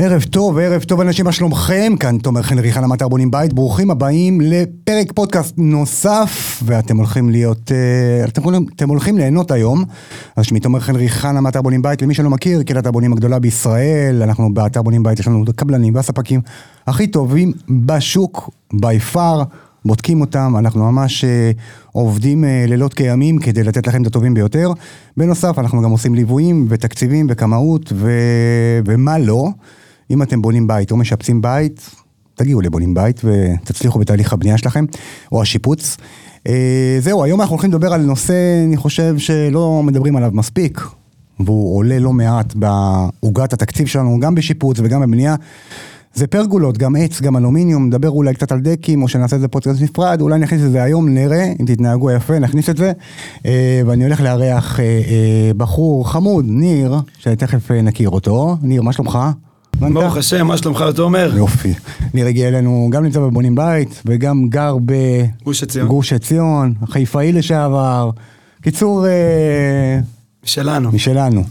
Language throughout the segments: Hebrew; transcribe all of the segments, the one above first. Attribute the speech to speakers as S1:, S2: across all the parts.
S1: ערב טוב, ערב טוב אנשים, מה שלומכם? כאן תומר חנרי, חנה מטר בונים בית, ברוכים הבאים לפרק פודקאסט נוסף, ואתם הולכים להיות, אה, אתם, הולכים- אתם הולכים ליהנות היום. אז שמי תומר חנרי, חנה מטר בונים בית, למי שלא מכיר, קהילת הבונים הגדולה בישראל, אנחנו באתר בונים בית, יש לנו את הקבלנים והספקים הכי טובים בשוק, by far. בודקים אותם, אנחנו ממש אה, עובדים אה, לילות כימים כדי לתת לכם את הטובים ביותר. בנוסף, אנחנו גם עושים ליוויים ותקציבים וקמאות ו... ומה לא. אם אתם בונים בית או משפצים בית, תגיעו לבונים בית ותצליחו בתהליך הבנייה שלכם, או השיפוץ. אה, זהו, היום אנחנו הולכים לדבר על נושא, אני חושב, שלא מדברים עליו מספיק, והוא עולה לא מעט בעוגת התקציב שלנו, גם בשיפוץ וגם בבנייה. זה פרגולות, גם עץ, גם אלומיניום, נדבר אולי קצת על דקים, או שנעשה את זה פודקאסט נפרד, אולי נכניס את זה היום, נראה, אם תתנהגו יפה, נכניס את זה. אה, ואני הולך לארח אה, אה, בחור חמוד, ניר, שתכף אה, נכיר אותו. ניר, מה שלומך? הבנת?
S2: ברוך השם, מה שלומך תומר?
S1: יופי. ניר הגיע אלינו, גם נמצא בבונים בית, וגם גר
S2: גוש עציון.
S1: בגוש עציון, חיפאי לשעבר. קיצור, אה,
S2: שלנו.
S1: משלנו.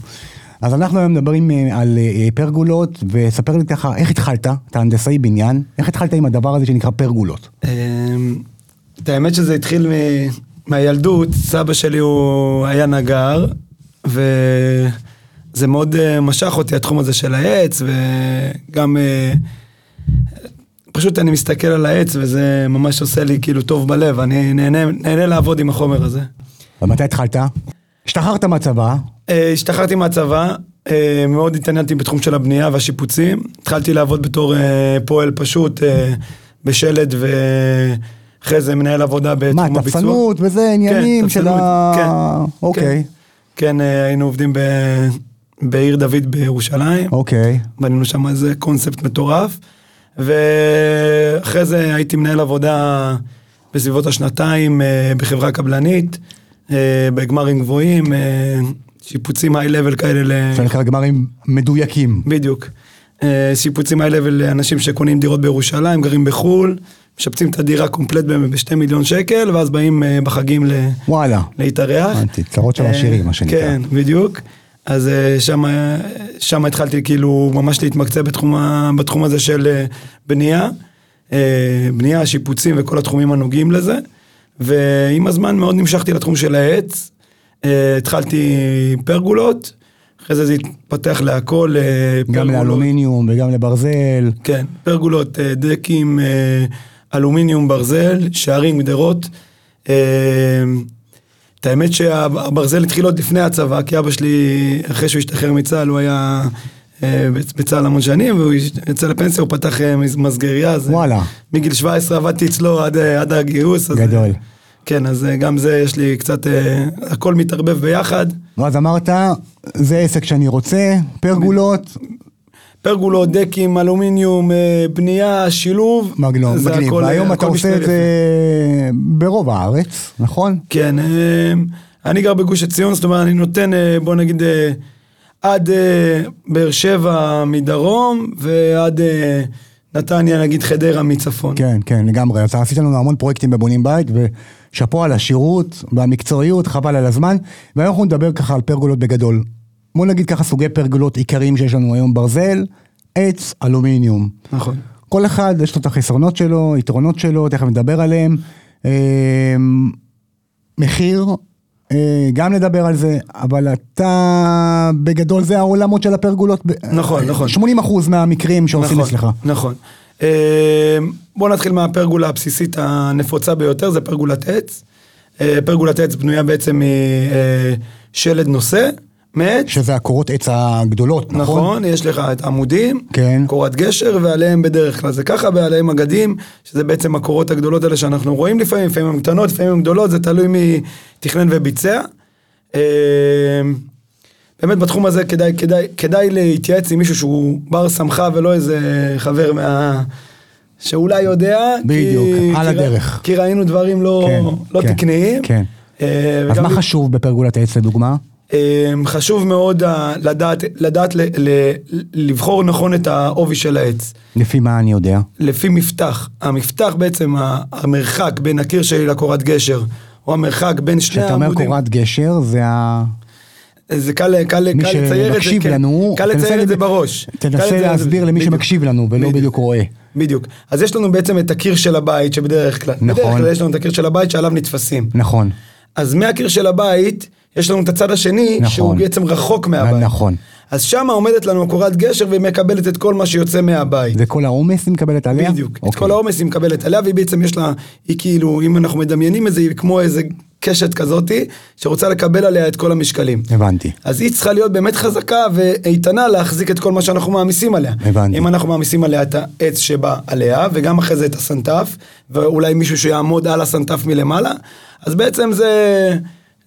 S1: אז אנחנו היום מדברים אה, על אה, פרגולות, וספר לי ככה, איך התחלת? אתה הנדסאי בניין, איך התחלת עם הדבר הזה שנקרא פרגולות?
S2: אמ, את האמת שזה התחיל מ- מהילדות, סבא שלי הוא היה נגר, וזה מאוד אה, משך אותי התחום הזה של העץ, וגם אה, פשוט אני מסתכל על העץ וזה ממש עושה לי כאילו טוב בלב, אני נהנה, נהנה לעבוד עם החומר הזה.
S1: ומתי התחלת? השתחררת מהצבא,
S2: אה, השתחררתי מהצבא, אה, מאוד התעניינתי בתחום של הבנייה והשיפוצים. התחלתי לעבוד בתור אה, פועל פשוט אה, בשלד ואחרי זה מנהל עבודה בתחום
S1: מה,
S2: הביצוע. כן,
S1: תפסנות וזה עניינים של
S2: תפסנות,
S1: ה...
S2: כן,
S1: אוקיי,
S2: כן, כן, אה, היינו עובדים ב... בעיר דוד בירושלים,
S1: אוקיי.
S2: בנינו שם איזה קונספט מטורף. ואחרי זה הייתי מנהל עבודה בסביבות השנתיים אה, בחברה קבלנית, אה, בגמרים גבוהים, אה, שיפוצים היי-לבל כאלה. ל-
S1: אפשר לקרוא גמרים מדויקים.
S2: בדיוק. אה, שיפוצים האלה ולאנשים שקונים דירות בירושלים, גרים בחו"ל, משפצים את הדירה קומפלט ב- בשתי מיליון שקל, ואז באים אה, בחגים ל-
S1: וואלה.
S2: להתארח.
S1: הבנתי, צרות של
S2: אה,
S1: עשירים, מה שנקרא.
S2: כן, בדיוק. אז אה, שם, אה, שם התחלתי כאילו ממש להתמקצע בתחום, ה- בתחום הזה של אה, בנייה, אה, בנייה, שיפוצים וכל התחומים הנוגעים לזה. ועם הזמן מאוד נמשכתי לתחום של העץ. אה, התחלתי פרגולות, אחרי זה זה התפתח להכל. אה,
S1: גם
S2: פרגולות.
S1: לאלומיניום וגם לברזל.
S2: כן, פרגולות, אה, דקים, אה, אלומיניום, ברזל, שערים, גדרות. אה, את האמת שהברזל התחיל עוד לפני הצבא, כי אבא שלי, אחרי שהוא השתחרר מצה"ל, הוא היה אה, בצ- בצה"ל המון שנים, והוא הש- יצא לפנסיה, הוא פתח אה, מז- מסגריה. אז, אה,
S1: וואלה.
S2: מגיל 17 עבדתי אצלו עד, אה, עד הגיוס. אז,
S1: גדול.
S2: כן, אז אה, גם זה יש לי קצת, אה, הכל מתערבב ביחד.
S1: ואז אמרת, זה עסק שאני רוצה, פרגולות,
S2: פרגולות, דקים, אלומיניום, אה, בנייה, שילוב.
S1: מגנום,
S2: זה
S1: מגניב.
S2: הכל, אה,
S1: והיום אתה
S2: הכל
S1: עושה
S2: משתלב.
S1: את זה ברוב הארץ, נכון?
S2: כן, אה, אני גר בגוש עציון, זאת אומרת, אני נותן, אה, בוא נגיד, אה, עד אה, באר שבע מדרום, ועד אה, נתניה, נגיד, חדרה מצפון.
S1: כן, כן, לגמרי. אז עשית לנו המון פרויקטים בבונים בית, ושאפו על השירות והמקצועיות, חבל על הזמן. והיום אנחנו נדבר ככה על פרגולות בגדול. בוא נגיד ככה סוגי פרגולות עיקריים שיש לנו היום, ברזל, עץ, אלומיניום.
S2: נכון.
S1: כל אחד יש לו את החסרונות שלו, יתרונות שלו, תכף נדבר עליהם. אה, מחיר, אה, גם נדבר על זה, אבל אתה, בגדול זה העולמות של הפרגולות. ב-
S2: נכון, נכון.
S1: 80% מהמקרים שעושים
S2: נכון,
S1: אצלך.
S2: נכון. אה, בואו נתחיל מהפרגולה הבסיסית הנפוצה ביותר, זה פרגולת עץ. אה, פרגולת עץ בנויה בעצם משלד נושא, מעץ.
S1: שזה הקורות עץ הגדולות, נכון?
S2: נכון, יש לך את העמודים,
S1: כן.
S2: קורת גשר, ועליהם בדרך כלל זה ככה, ועליהם אגדים, שזה בעצם הקורות הגדולות האלה שאנחנו רואים לפעמים, לפעמים הן קטנות, לפעמים הן גדולות, זה תלוי מי תכנן וביצע. אה, באמת בתחום הזה כדאי, כדאי, כדאי להתייעץ עם מישהו שהוא בר סמכה ולא איזה חבר מה... שאולי יודע,
S1: בדיוק,
S2: כי,
S1: על
S2: כי, רא-
S1: הדרך.
S2: כי ראינו דברים לא,
S1: כן,
S2: לא
S1: כן,
S2: תקניים.
S1: כן.
S2: אה,
S1: אז
S2: וגם
S1: מה חשוב בפרגולת עץ לדוגמה?
S2: אמ, חשוב מאוד אה, לדעת, לדעת ל, ל, לבחור נכון את העובי של העץ,
S1: לפי מה אני יודע?
S2: לפי מפתח. המפתח בעצם, ה- המרחק בין הקיר שלי לקורת גשר, או המרחק בין שני
S1: כשאתה אומר
S2: העמודים.
S1: קורת גשר זה ה...
S2: זה קל, קל,
S1: מי
S2: קל לצייר את זה,
S1: שמקשיב
S2: כן.
S1: לנו,
S2: קל
S1: תנסה
S2: לצייר את זה
S1: לב-
S2: בראש. קל לצייר
S1: תנסה
S2: את כן, זה-
S1: להסביר למי
S2: בדיוק.
S1: שמקשיב לנו ולא בדיוק רואה.
S2: בדיוק. אז יש לנו בעצם את הקיר של הבית שבדרך כלל,
S1: נכון.
S2: בדרך כלל יש לנו את הקיר של הבית שעליו נתפסים.
S1: נכון.
S2: אז מהקיר של הבית, יש לנו את הצד השני,
S1: נכון.
S2: שהוא בעצם רחוק מהבית.
S1: נכון.
S2: אז שם עומדת לנו הקורת גשר והיא מקבלת את כל מה שיוצא מהבית.
S1: זה כל העומס היא מקבלת עליה?
S2: בדיוק. את
S1: אוקיי.
S2: כל העומס היא מקבלת עליה, והיא בעצם יש לה, היא כאילו, אם אנחנו מדמיינים את זה, היא כמו איזה קשת כזאתי, שרוצה לקבל עליה את כל המשקלים.
S1: הבנתי.
S2: אז היא צריכה להיות באמת חזקה ואיתנה להחזיק את כל מה שאנחנו מעמיסים עליה.
S1: הבנתי.
S2: אם אנחנו מעמיסים עליה את העץ שבא עליה, וגם אחרי זה את הסנטף, ואולי מישהו שיעמוד על הסנטף מלמעלה, אז בעצם זה...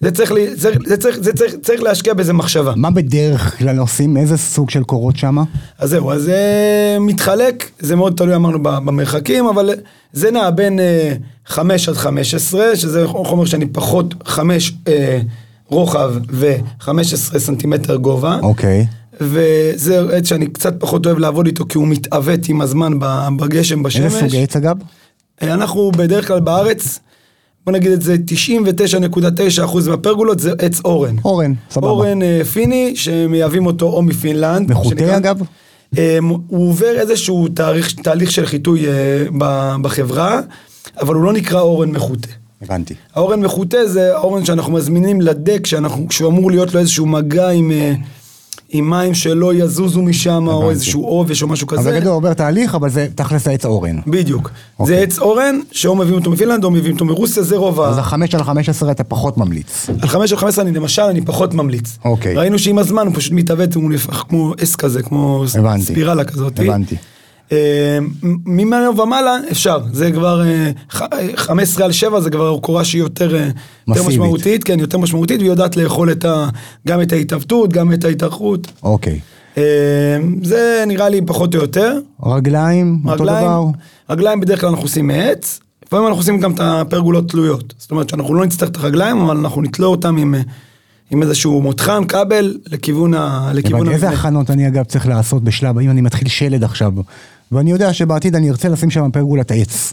S2: זה צריך, לי- זה, זה צריך, זה צריך, צריך להשקיע בזה מחשבה.
S1: מה בדרך כלל עושים? איזה סוג של קורות שמה?
S2: אז זהו, אז זה מתחלק, זה מאוד תלוי אמרנו ב- במרחקים, אבל זה נע בין אה, 5 עד 15, שזה חומר שאני פחות 5 אה, רוחב ו-15 סנטימטר גובה.
S1: אוקיי.
S2: וזה עץ שאני קצת פחות אוהב לעבוד איתו כי הוא מתעוות עם הזמן ב- בגשם, בשמש.
S1: איזה סוג עץ אגב?
S2: אה, אנחנו בדרך כלל בארץ, בוא נגיד את זה, 99.9% מהפרגולות זה עץ אורן.
S1: אורן, סבבה.
S2: אורן אה, פיני, שמייבאים אותו או מפינלנד.
S1: וחוטא
S2: שנקרא-
S1: אגב?
S2: אה, הוא עובר איזשהו תאריך, תהליך של חיטוי אה, ב- בחברה, אבל הוא לא נקרא אורן מחוטא.
S1: הבנתי.
S2: האורן מחוטא זה האורן שאנחנו מזמינים לדק, שאנחנו, שהוא אמור להיות לו איזשהו מגע עם, אה, עם מים שלא יזוזו משם, או
S1: הבנתי.
S2: איזשהו עובש או משהו
S1: אז
S2: כזה.
S1: בגדול עובר תהליך, אבל זה תכלס העץ אורן.
S2: בדיוק.
S1: אוקיי.
S2: זה עץ אורן, שאו מביאים אותו מפינלנד או מביאים אותו מרוסיה, זה רוב ה...
S1: אז החמש על חמש עשרה אתה פחות ממליץ.
S2: על חמש על חמש עשרה אני למשל, אני פחות ממליץ.
S1: אוקיי.
S2: ראינו שעם הזמן הוא פשוט מתעוות, הוא נהפך כמו עס כזה, כמו ס-
S1: הבנתי.
S2: ספירלה כזאת.
S1: הבנתי.
S2: אה, מ- ממנו ומעלה אפשר, זה כבר אה, ח- אה, 15 על 7 זה כבר קורה שהיא יותר, אה, יותר
S1: מסיבית.
S2: משמעותית, כן, יותר משמעותית, והיא יודעת לאכול את ה, גם את ההתעוותות, גם את ההתארכות.
S1: אוקיי.
S2: אה, זה נראה לי פחות או יותר.
S1: רגליים, אותו
S2: רגליים,
S1: דבר.
S2: רגליים בדרך כלל אנחנו עושים מעץ, לפעמים אנחנו עושים גם את הפרגולות תלויות. זאת אומרת שאנחנו לא נצטרך את הרגליים, אבל אנחנו נתלה אותם עם, אה, עם איזשהו מותחן, כבל, לכיוון ה... לכיוון
S1: הבנתי. איזה
S2: המבנה.
S1: הכנות אני אגב צריך לעשות בשלב, אם אני מתחיל שלד עכשיו, ואני יודע שבעתיד אני ארצה לשים שם פרגולת עץ.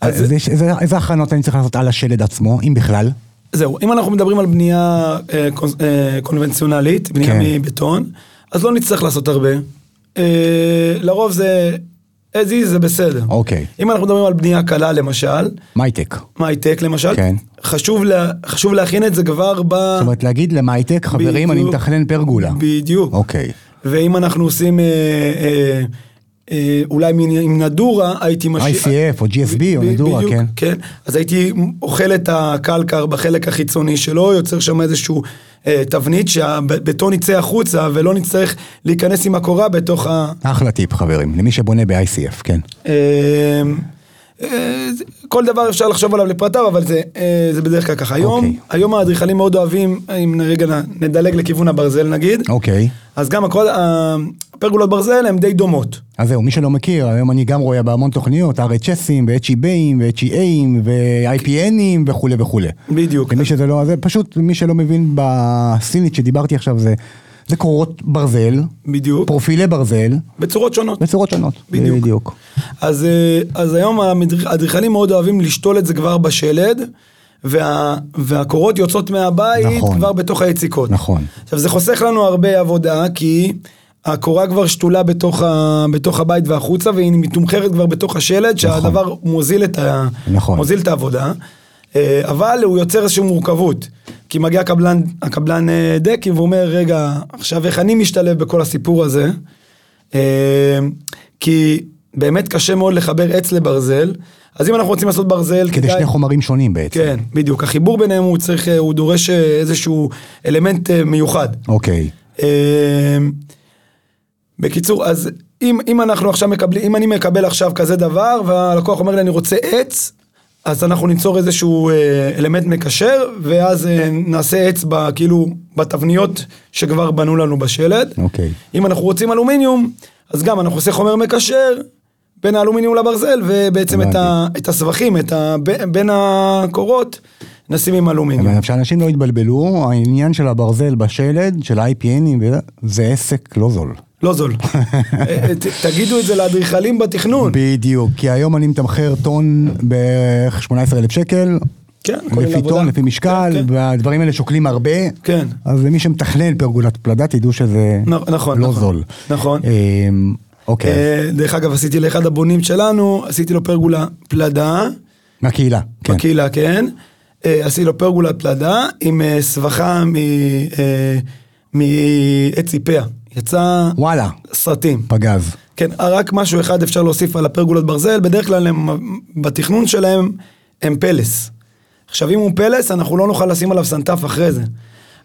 S2: אז-
S1: אז יש- איזה- איזה הכנות אני צריך לעשות על השלד עצמו, אם בכלל?
S2: זהו, אם אנחנו מדברים על בנייה אה, קונס- אה, קונבנציונלית, בנייה
S1: כן.
S2: מבטון, אז לא נצטרך לעשות הרבה. אה, לרוב זה as is זה בסדר.
S1: אוקיי.
S2: אם אנחנו מדברים על בנייה קלה למשל,
S1: מייטק. זאת
S2: מייטק למשל,
S1: כן.
S2: חשוב, לה, חשוב להכין את זה כבר ב...
S1: אומרת, להגיד למייטק, חברים, אני
S2: בדיוק.
S1: מתכנן פרגולה.
S2: בדיוק.
S1: אוקיי.
S2: ואם אנחנו עושים אה, אה, אה, אולי מין- עם נדורה, הייתי
S1: ICF או GSB או
S2: ב-
S1: נדורה,
S2: בדיוק,
S1: כן.
S2: כן. אז הייתי אוכל את הקלקר בחלק החיצוני שלו, יוצר שם איזשהו אה, תבנית שהבטון יצא החוצה ולא נצטרך להיכנס עם הקורה בתוך ה...
S1: אחלה טיפ, חברים, למי שבונה ב-ICF, כן.
S2: אה, אה, זה- כל דבר אפשר לחשוב עליו לפרטיו, אבל זה, אה, זה בדרך כלל ככה. היום,
S1: אוקיי.
S2: היום האדריכלים מאוד אוהבים, אם רגע נ- נדלג לכיוון הברזל נגיד,
S1: אוקיי.
S2: אז גם הכל, ה- הפרגולות ברזל הן די דומות.
S1: אז זהו, מי שלא מכיר, היום אני גם רואה בהמון תוכניות, RHSים ו-HEBים ו-HEAים ו-IPNים וכולי וכולי.
S2: בדיוק.
S1: למי שזה לא, זה פשוט, מי שלא מבין בסינית שדיברתי עכשיו, זה, זה קורות ברזל,
S2: בדיוק.
S1: פרופילי ברזל,
S2: בצורות שונות.
S1: בצורות שונות.
S2: בדיוק.
S1: בדיוק.
S2: אז, אה, אז היום המדר- האדריכלים מאוד אוהבים לשתול את זה כבר בשלד, וה, והקורות יוצאות מהבית
S1: נכון.
S2: כבר בתוך היציקות.
S1: נכון.
S2: עכשיו זה חוסך לנו הרבה עבודה, כי הקורה כבר שתולה בתוך, ה, בתוך הבית והחוצה, והיא מתומחרת כבר בתוך השלד, שהדבר מוזיל את, ה,
S1: נכון.
S2: מוזיל את העבודה. אה, אבל הוא יוצר איזושהי מורכבות, כי מגיע הקבלן, הקבלן אה, דקי ואומר, רגע, עכשיו איך אני משתלב בכל הסיפור הזה? אה, כי באמת קשה מאוד לחבר עץ לברזל, אז אם אנחנו רוצים לעשות ברזל,
S1: כדי שני חומרים שונים בעצם.
S2: כן, בדיוק. החיבור ביניהם הוא צריך, אה, הוא דורש אה, איזשהו אלמנט אה, מיוחד.
S1: אוקיי.
S2: אה, בקיצור, אז אם, אם אנחנו עכשיו מקבלים, אם אני מקבל עכשיו כזה דבר, והלקוח אומר לי אני רוצה עץ, אז אנחנו ניצור איזשהו אה, אלמנט מקשר, ואז אה, נעשה עץ ב, כאילו בתבניות שכבר בנו לנו בשלד.
S1: אוקיי.
S2: אם אנחנו רוצים אלומיניום, אז גם אנחנו עושים חומר מקשר בין האלומיניום לברזל, ובעצם את, ה, את הסבכים, את ה, ב- בין הקורות, נשים עם אלומיניום.
S1: אבל שאנשים לא יתבלבלו, העניין של הברזל בשלד, של ה-IPNים, זה עסק לא זול.
S2: לא זול. אה, ת- תגידו את זה לאדריכלים בתכנון.
S1: בדיוק, כי היום אני מתמחר טון בערך 18,000 שקל,
S2: כן, קוראים
S1: לפי
S2: לעבודה.
S1: טון, לפי משקל,
S2: כן, כן.
S1: והדברים האלה שוקלים הרבה.
S2: כן.
S1: אז למי שמתכנן פרגולת פלדה, תדעו שזה
S2: נ- נכון,
S1: לא
S2: נכון.
S1: זול.
S2: נכון.
S1: אמ, אוקיי,
S2: אה, דרך אגב, עשיתי לאחד הבונים שלנו, עשיתי לו פרגולה פלדה,
S1: מהקהילה. כן.
S2: בקהילה, כן. אה, עשיתי לו פרגולה פלדה עם אה, סבכה מ- אה, מעץ איפיה. יצא
S1: וואלה,
S2: סרטים.
S1: פגז.
S2: כן, רק משהו אחד אפשר להוסיף על הפרגולות ברזל, בדרך כלל הם, בתכנון שלהם הם פלס. עכשיו, אם הוא פלס, אנחנו לא נוכל לשים עליו סנטף אחרי זה.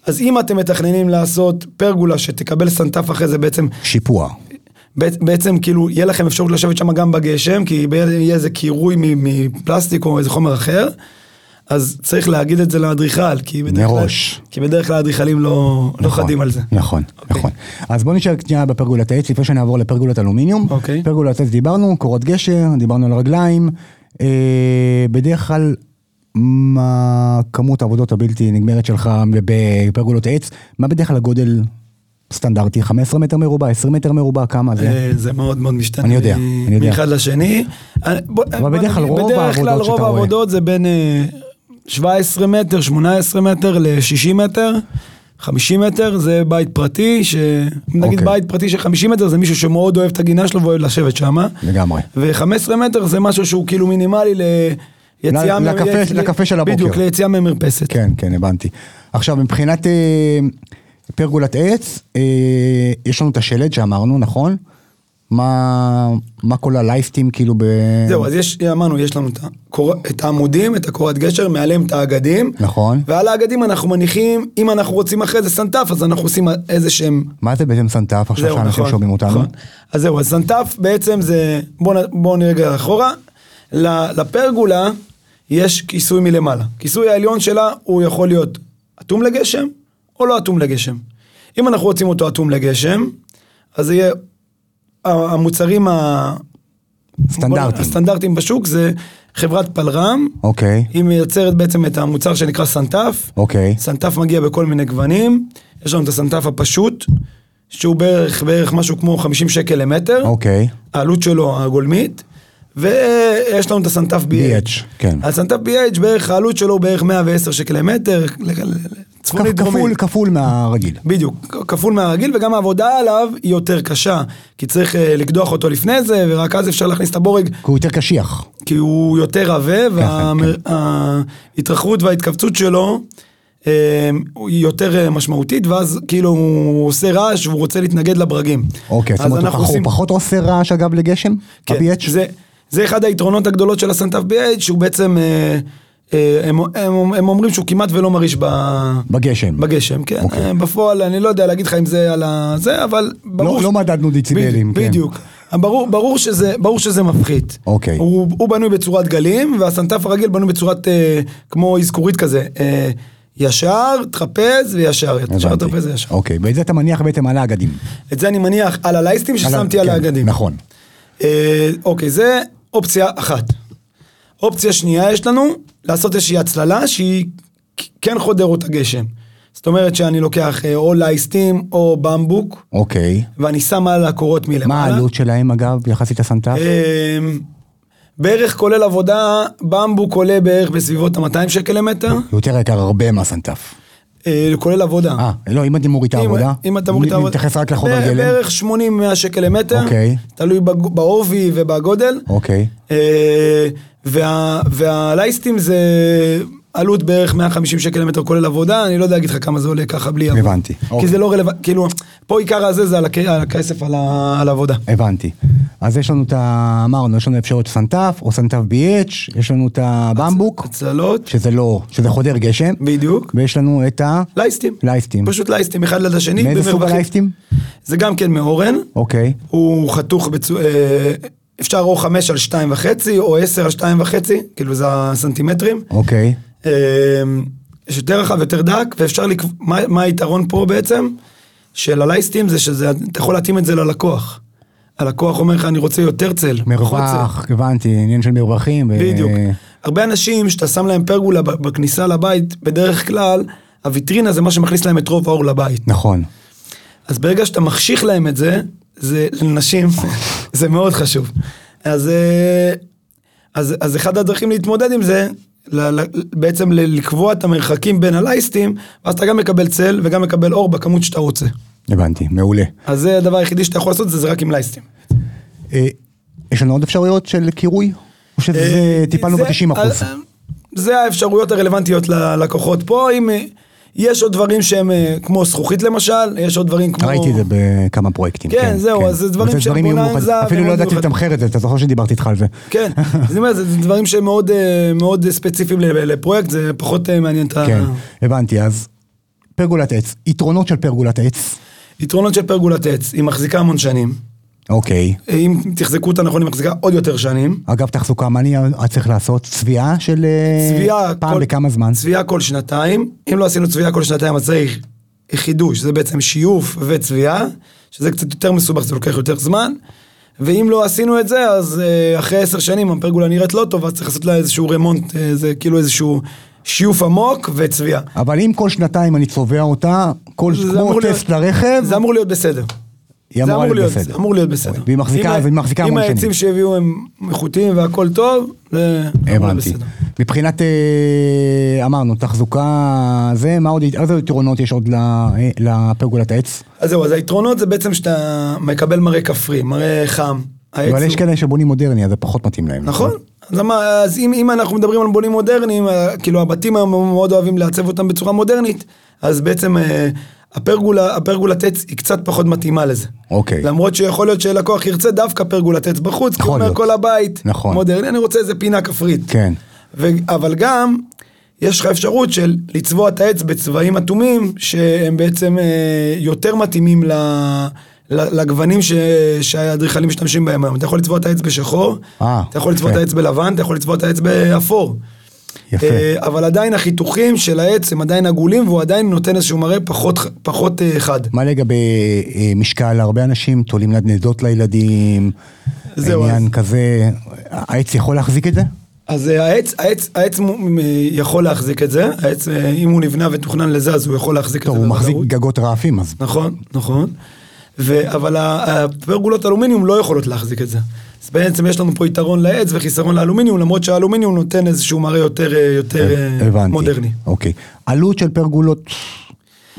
S2: אז אם אתם מתכננים לעשות פרגולה שתקבל סנטף אחרי זה, בעצם,
S1: שיפוע.
S2: בעצ- בעצם כאילו, יהיה לכם אפשרות לשבת שם גם בגשם, כי ב- יהיה איזה קירוי מ- מפלסטיק או איזה חומר אחר, אז צריך להגיד את זה לאדריכל, כי בדרך כלל,
S1: מראש.
S2: כי בדרך כלל האדריכלים לא, לא
S1: נכון,
S2: חדים על זה.
S1: נכון,
S2: אוקיי.
S1: נכון. אז בוא נשאר שנייה בפרגולת העץ, לפני שנעבור לפרגולת אלומיניום.
S2: אוקיי.
S1: פרגולת העץ דיברנו, קורות גשר, דיברנו על רגליים. אה, בדרך כלל, מה כמות העבודות הבלתי נגמרת שלך בפרגולות העץ? מה בדרך כלל הגודל סטנדרטי? 15 מטר מרובע? 20 מטר מרובע? כמה זה?
S2: אה, זה מאוד מאוד משתנה.
S1: אני יודע,
S2: מ-
S1: אני יודע.
S2: מאחד לשני. אה, בוא- בוא
S1: בדרך כלל
S2: נגיד,
S1: רוב
S2: בדרך
S1: העבודות
S2: כלל
S1: שאתה
S2: רוב
S1: רואה.
S2: העבודות זה בין אה, 17 מטר, 18 מטר ל-60 מטר. 50 מטר זה בית פרטי, ש... נגיד
S1: אוקיי.
S2: בית פרטי של 50 מטר זה מישהו שמאוד אוהב את הגינה שלו ואוהב לשבת שם.
S1: לגמרי.
S2: ו-15 מטר זה משהו שהוא כאילו מינימלי ל... יציאה
S1: ל- לקפה-
S2: יצ-
S1: לקפה של הבוקר.
S2: בדיוק, ליציאה ממרפסת.
S1: כן, כן, הבנתי. עכשיו, מבחינת אה, פרגולת עץ, אה, יש לנו את השלד שאמרנו, נכון? מה, מה כל הלייפטים כאילו ב...
S2: זהו, אז יש, אמרנו, יש לנו את, הקור... את העמודים, את הקורת גשר, מעליהם את האגדים.
S1: נכון.
S2: ועל האגדים אנחנו מניחים, אם אנחנו רוצים אחרי זה סנטף, אז אנחנו עושים איזה שהם...
S1: מה זה בעצם סנטף עכשיו שאנשים שומעים אותנו?
S2: נכון. אז זהו, אז סנטף בעצם זה... בואו בוא נרגע אחורה. ל- לפרגולה יש כיסוי מלמעלה. כיסוי העליון שלה הוא יכול להיות אטום לגשם או לא אטום לגשם. אם אנחנו רוצים אותו אטום לגשם, אז זה יהיה ה- המוצרים ה...
S1: סטנדרטים.
S2: הסטנדרטים בשוק זה חברת פלרם,
S1: אוקיי,
S2: היא מייצרת בעצם את המוצר שנקרא סנטף.
S1: אוקיי.
S2: סנטף מגיע בכל מיני גוונים, יש לנו את הסנטף הפשוט, שהוא בערך, בערך משהו כמו 50 שקל למטר,
S1: אוקיי.
S2: העלות שלו הגולמית, ויש לנו את הסנטף BH.
S1: BH, כן.
S2: הסנטף BH בערך, העלות שלו הוא בערך 110 שקל למטר, ל- ל- צפונית
S1: כפ-
S2: דרומית.
S1: כפול, כפול מהרגיל.
S2: בדיוק, כפול מהרגיל, וגם העבודה עליו היא יותר קשה, כי צריך אה, לקדוח אותו לפני זה, ורק אז אפשר להכניס את הבורג
S1: כי הוא יותר קשיח.
S2: כי הוא יותר עבה,
S1: כן,
S2: וההתרחבות וההתכווצות שלו אה, היא יותר אה, משמעותית, ואז כאילו הוא עושה רעש והוא רוצה להתנגד לברגים.
S1: אוקיי, זאת
S2: אז
S1: אומרת,
S2: אנחנו
S1: הוא
S2: עושים-
S1: פחות- פחות עושה רעש אגב לגשם?
S2: כן,
S1: ה-BH?
S2: זה, זה אחד היתרונות הגדולות של הסנטף BH, שהוא בעצם, אה, אה, הם, הם, הם אומרים שהוא כמעט ולא מרעיש ב...
S1: בגשם.
S2: בגשם, כן.
S1: אוקיי.
S2: Okay. בפועל, אני לא יודע להגיד לך אם זה על ה... זה, אבל ברור...
S1: לא מדדנו דציבלים,
S2: בד-
S1: כן.
S2: בדיוק. ברור, ברור, שזה, ברור שזה מפחית.
S1: אוקיי.
S2: הוא, הוא בנוי בצורת גלים, והסנטף הרגיל בנוי בצורת אה, כמו אזכורית כזה. אה, ישר, טרפז וישר. ישר,
S1: הבנתי.
S2: טרפז וישר.
S1: אוקיי, ואת זה אתה מניח בעצם על האגדים.
S2: את זה אני מניח על הלייסטים ששמתי על
S1: כן,
S2: האגדים.
S1: נכון.
S2: אה, אוקיי, זה אופציה אחת. אופציה שנייה יש לנו, לעשות איזושהי הצללה שהיא כ- כן חודר אותה גשם. זאת אומרת שאני לוקח אה, או לייסטים או במבוק,
S1: אוקיי.
S2: ואני שם על הקורות מלמעלה.
S1: מה העלות שלהם אגב, יחסית לסנטף?
S2: אה, בערך כולל עבודה, במבוק עולה בערך בסביבות ה-200 שקל למטר,
S1: יותר יקר הרבה מהסנטף.
S2: אה, כולל עבודה.
S1: אה, לא, אם אתה מוריד את
S2: אם-
S1: העבודה?
S2: אם אתה מוריד את
S1: אם
S2: העבודה.
S1: נתייחס רק לחומר
S2: בערך-
S1: גלם?
S2: בערך 80-100 שקל למטר.
S1: אוקיי.
S2: תלוי בג- בעובי ובגודל.
S1: אוקיי.
S2: אה, וה, והלייסטים זה עלות בערך 150 שקל למטר כולל עבודה, אני לא יודע להגיד לך כמה זה עולה ככה בלי עבודה.
S1: הבנתי,
S2: כי
S1: אוקיי.
S2: זה לא רלוונטי, כאילו, פה עיקר הזה זה על, הכ, על הכסף, על, ה, על העבודה.
S1: הבנתי. אז יש לנו את ה... אמרנו, יש לנו אפשרות סנטף, או סנטף BH, יש לנו את הבמבוק,
S2: הצללות,
S1: שזה לא, שזה חודר גשם,
S2: בדיוק.
S1: ויש לנו את ה...
S2: לייסטים.
S1: לייסטים.
S2: פשוט לייסטים אחד ליד השני.
S1: מאיזה סוג
S2: במרווחים.
S1: הלייפטים?
S2: זה גם כן מאורן,
S1: אוקיי.
S2: הוא חתוך בצו... אה, אפשר או 5 על 2.5 או 10 על 2.5, כאילו זה הסנטימטרים.
S1: אוקיי.
S2: אמ, יש יותר רחב, יותר דק, ואפשר לקבוע, מה, מה היתרון פה בעצם? של הלייסטים זה שזה, אתה יכול להתאים את זה ללקוח. הלקוח אומר לך, אני רוצה יותר צל. פחות צל."
S1: מרווח, הבנתי, עניין של מרווחים. ו-
S2: בדיוק. הרבה אנשים שאתה שם להם פרגולה ב- בכניסה לבית, בדרך כלל, הוויטרינה זה מה שמכניס להם את רוב האור לבית.
S1: נכון.
S2: אז ברגע שאתה מחשיך להם את זה, זה לנשים, זה מאוד חשוב. אז, אה, אז, אז אחד הדרכים להתמודד עם זה, ל- ל- בעצם ל- לקבוע את המרחקים בין הלייסטים, ואז אתה גם מקבל צל וגם מקבל אור בכמות שאתה רוצה.
S1: הבנתי, מעולה.
S2: אז זה הדבר היחידי שאתה יכול לעשות, זה, זה רק עם לייסטים.
S1: אה, יש לנו עוד אפשרויות של קירוי? או שזה
S2: אה,
S1: טיפלנו
S2: זה-
S1: ב-90 אחוז?
S2: אה, אה, זה האפשרויות הרלוונטיות ללקוחות פה, אם אה, יש עוד דברים שהם אה, כמו זכוכית למשל, יש עוד דברים כמו...
S1: ראיתי את זה בכמה פרויקטים.
S2: אה, כן, זהו, אז זה דברים
S1: אבל
S2: שהם
S1: יהיו
S2: בוננזה
S1: מיוחדים. אפילו לא
S2: ומאוד
S1: ידעתי
S2: מיוחדים.
S1: לתמחר את זה, אתה זוכר שדיברתי איתך על זה.
S2: כן, אז אני אומר, זה זה דברים שהם מאוד, אה, מאוד אה, ספציפיים ל- לפרויקט, זה פחות אה, מעניין את ה...
S1: כן, הבנתי, אז פרגולת עץ. יתרונות של פרגולת עץ,
S2: יתרונות של פרגולת עץ, היא מחזיקה המון שנים.
S1: אוקיי.
S2: אה, אם תחזקו אותה נכון, היא מחזיקה עוד יותר שנים.
S1: אגב תחזוקה, מה אני אה, צריך לעשות? צביעה של... אה,
S2: צביעה
S1: פעם
S2: כל-
S1: בכמה זמן?
S2: צביעה כל שנתיים. אם לא עשינו צביעה כל שנתיים, אז צריך חידוש, זה בעצם שיוף וצביעה, שזה קצת יותר מסובך, זה לוקח יותר זמן. ואם לא עשינו את זה, אז אה, אחרי עשר שנים הפרגולה נראית לא טוב, אז צריך לעשות לה איזשהו רמונט, אה, זה כאילו איזשהו שיוף עמוק וצביעה.
S1: אבל אם כל שנתיים אני צובע אותה, כל
S2: זה
S1: כמו
S2: אמור להיות-
S1: טסט לרכב,
S2: זה אמור להיות בסדר.
S1: היא
S2: זה
S1: אמורה
S2: אמור
S1: להיות
S2: להיות,
S1: בסדר.
S2: אמור להיות בסדר.
S1: והיא מחזיקה-
S2: אם ה-
S1: והיא מחזיקה המון
S2: אם
S1: שנים.
S2: העצים שהביאו הם איכותיים והכל טוב, זה אמור להיות
S1: הבנתי.
S2: בסדר.
S1: מבחינת, אה, אמרנו, תחזוקה, זה, מה עוד, איזה יתרונות יש עוד ל- אה, לפרגולת העץ?
S2: אז זהו, אז היתרונות זה בעצם שאתה מקבל מראה כפרי, מראה חם. העץ
S1: אבל יש
S2: הוא-
S1: כאלה שבונים מודרני, אז זה פחות מתאים להם.
S2: נכון. אז, אמר, אז אם, אם אנחנו מדברים על בונים מודרניים, אה, כאילו הבתים היום מאוד אוהבים לעצב אותם בצורה מודרנית, אז בעצם אה, הפרגולה, הפרגולת עץ היא קצת פחות מתאימה לזה.
S1: אוקיי.
S2: למרות שיכול להיות שלקוח ירצה דווקא פרגולת עץ בחוץ, כי הוא
S1: יכול
S2: אומר
S1: להיות.
S2: כל הבית
S1: נכון.
S2: מודרני, אני רוצה איזה פינה כפרית.
S1: כן.
S2: ו- אבל גם, יש לך אפשרות של לצבוע את העץ בצבעים אטומים, שהם בעצם אה, יותר מתאימים ל... ל- לגוונים ש... שהאדריכלים משתמשים בהם היום. אתה יכול לצבוע את העץ בשחור,
S1: אה,
S2: אתה יכול לצבוע את
S1: יפה.
S2: העץ בלבן, אתה יכול לצבוע את העץ באפור.
S1: יפה.
S2: אה, אבל עדיין החיתוכים של העץ הם עדיין עגולים, והוא עדיין נותן איזשהו מראה פחות, פחות אה, חד.
S1: מה לגבי אה, משקל? הרבה אנשים תולים נדנדות לילדים,
S2: זהו,
S1: עניין כזה, העץ יכול להחזיק את זה?
S2: אז אה, העץ, העץ, העץ מ- מ- יכול להחזיק את זה, העץ, אה, אם הוא נבנה ותוכנן לזה, אז הוא יכול להחזיק
S1: טוב,
S2: את זה.
S1: הוא מחזיק
S2: בוודאות.
S1: גגות רעפים, אז
S2: נכון, נכון. ו- אבל ה- הפרגולות אלומיניום לא יכולות להחזיק את זה. אז בעצם יש לנו פה יתרון לעץ וחיסרון לאלומיניום, למרות שהאלומיניום נותן איזשהו מראה יותר, אה, יותר אה,
S1: הבנתי.
S2: מודרני.
S1: אוקיי. עלות של פרגולות,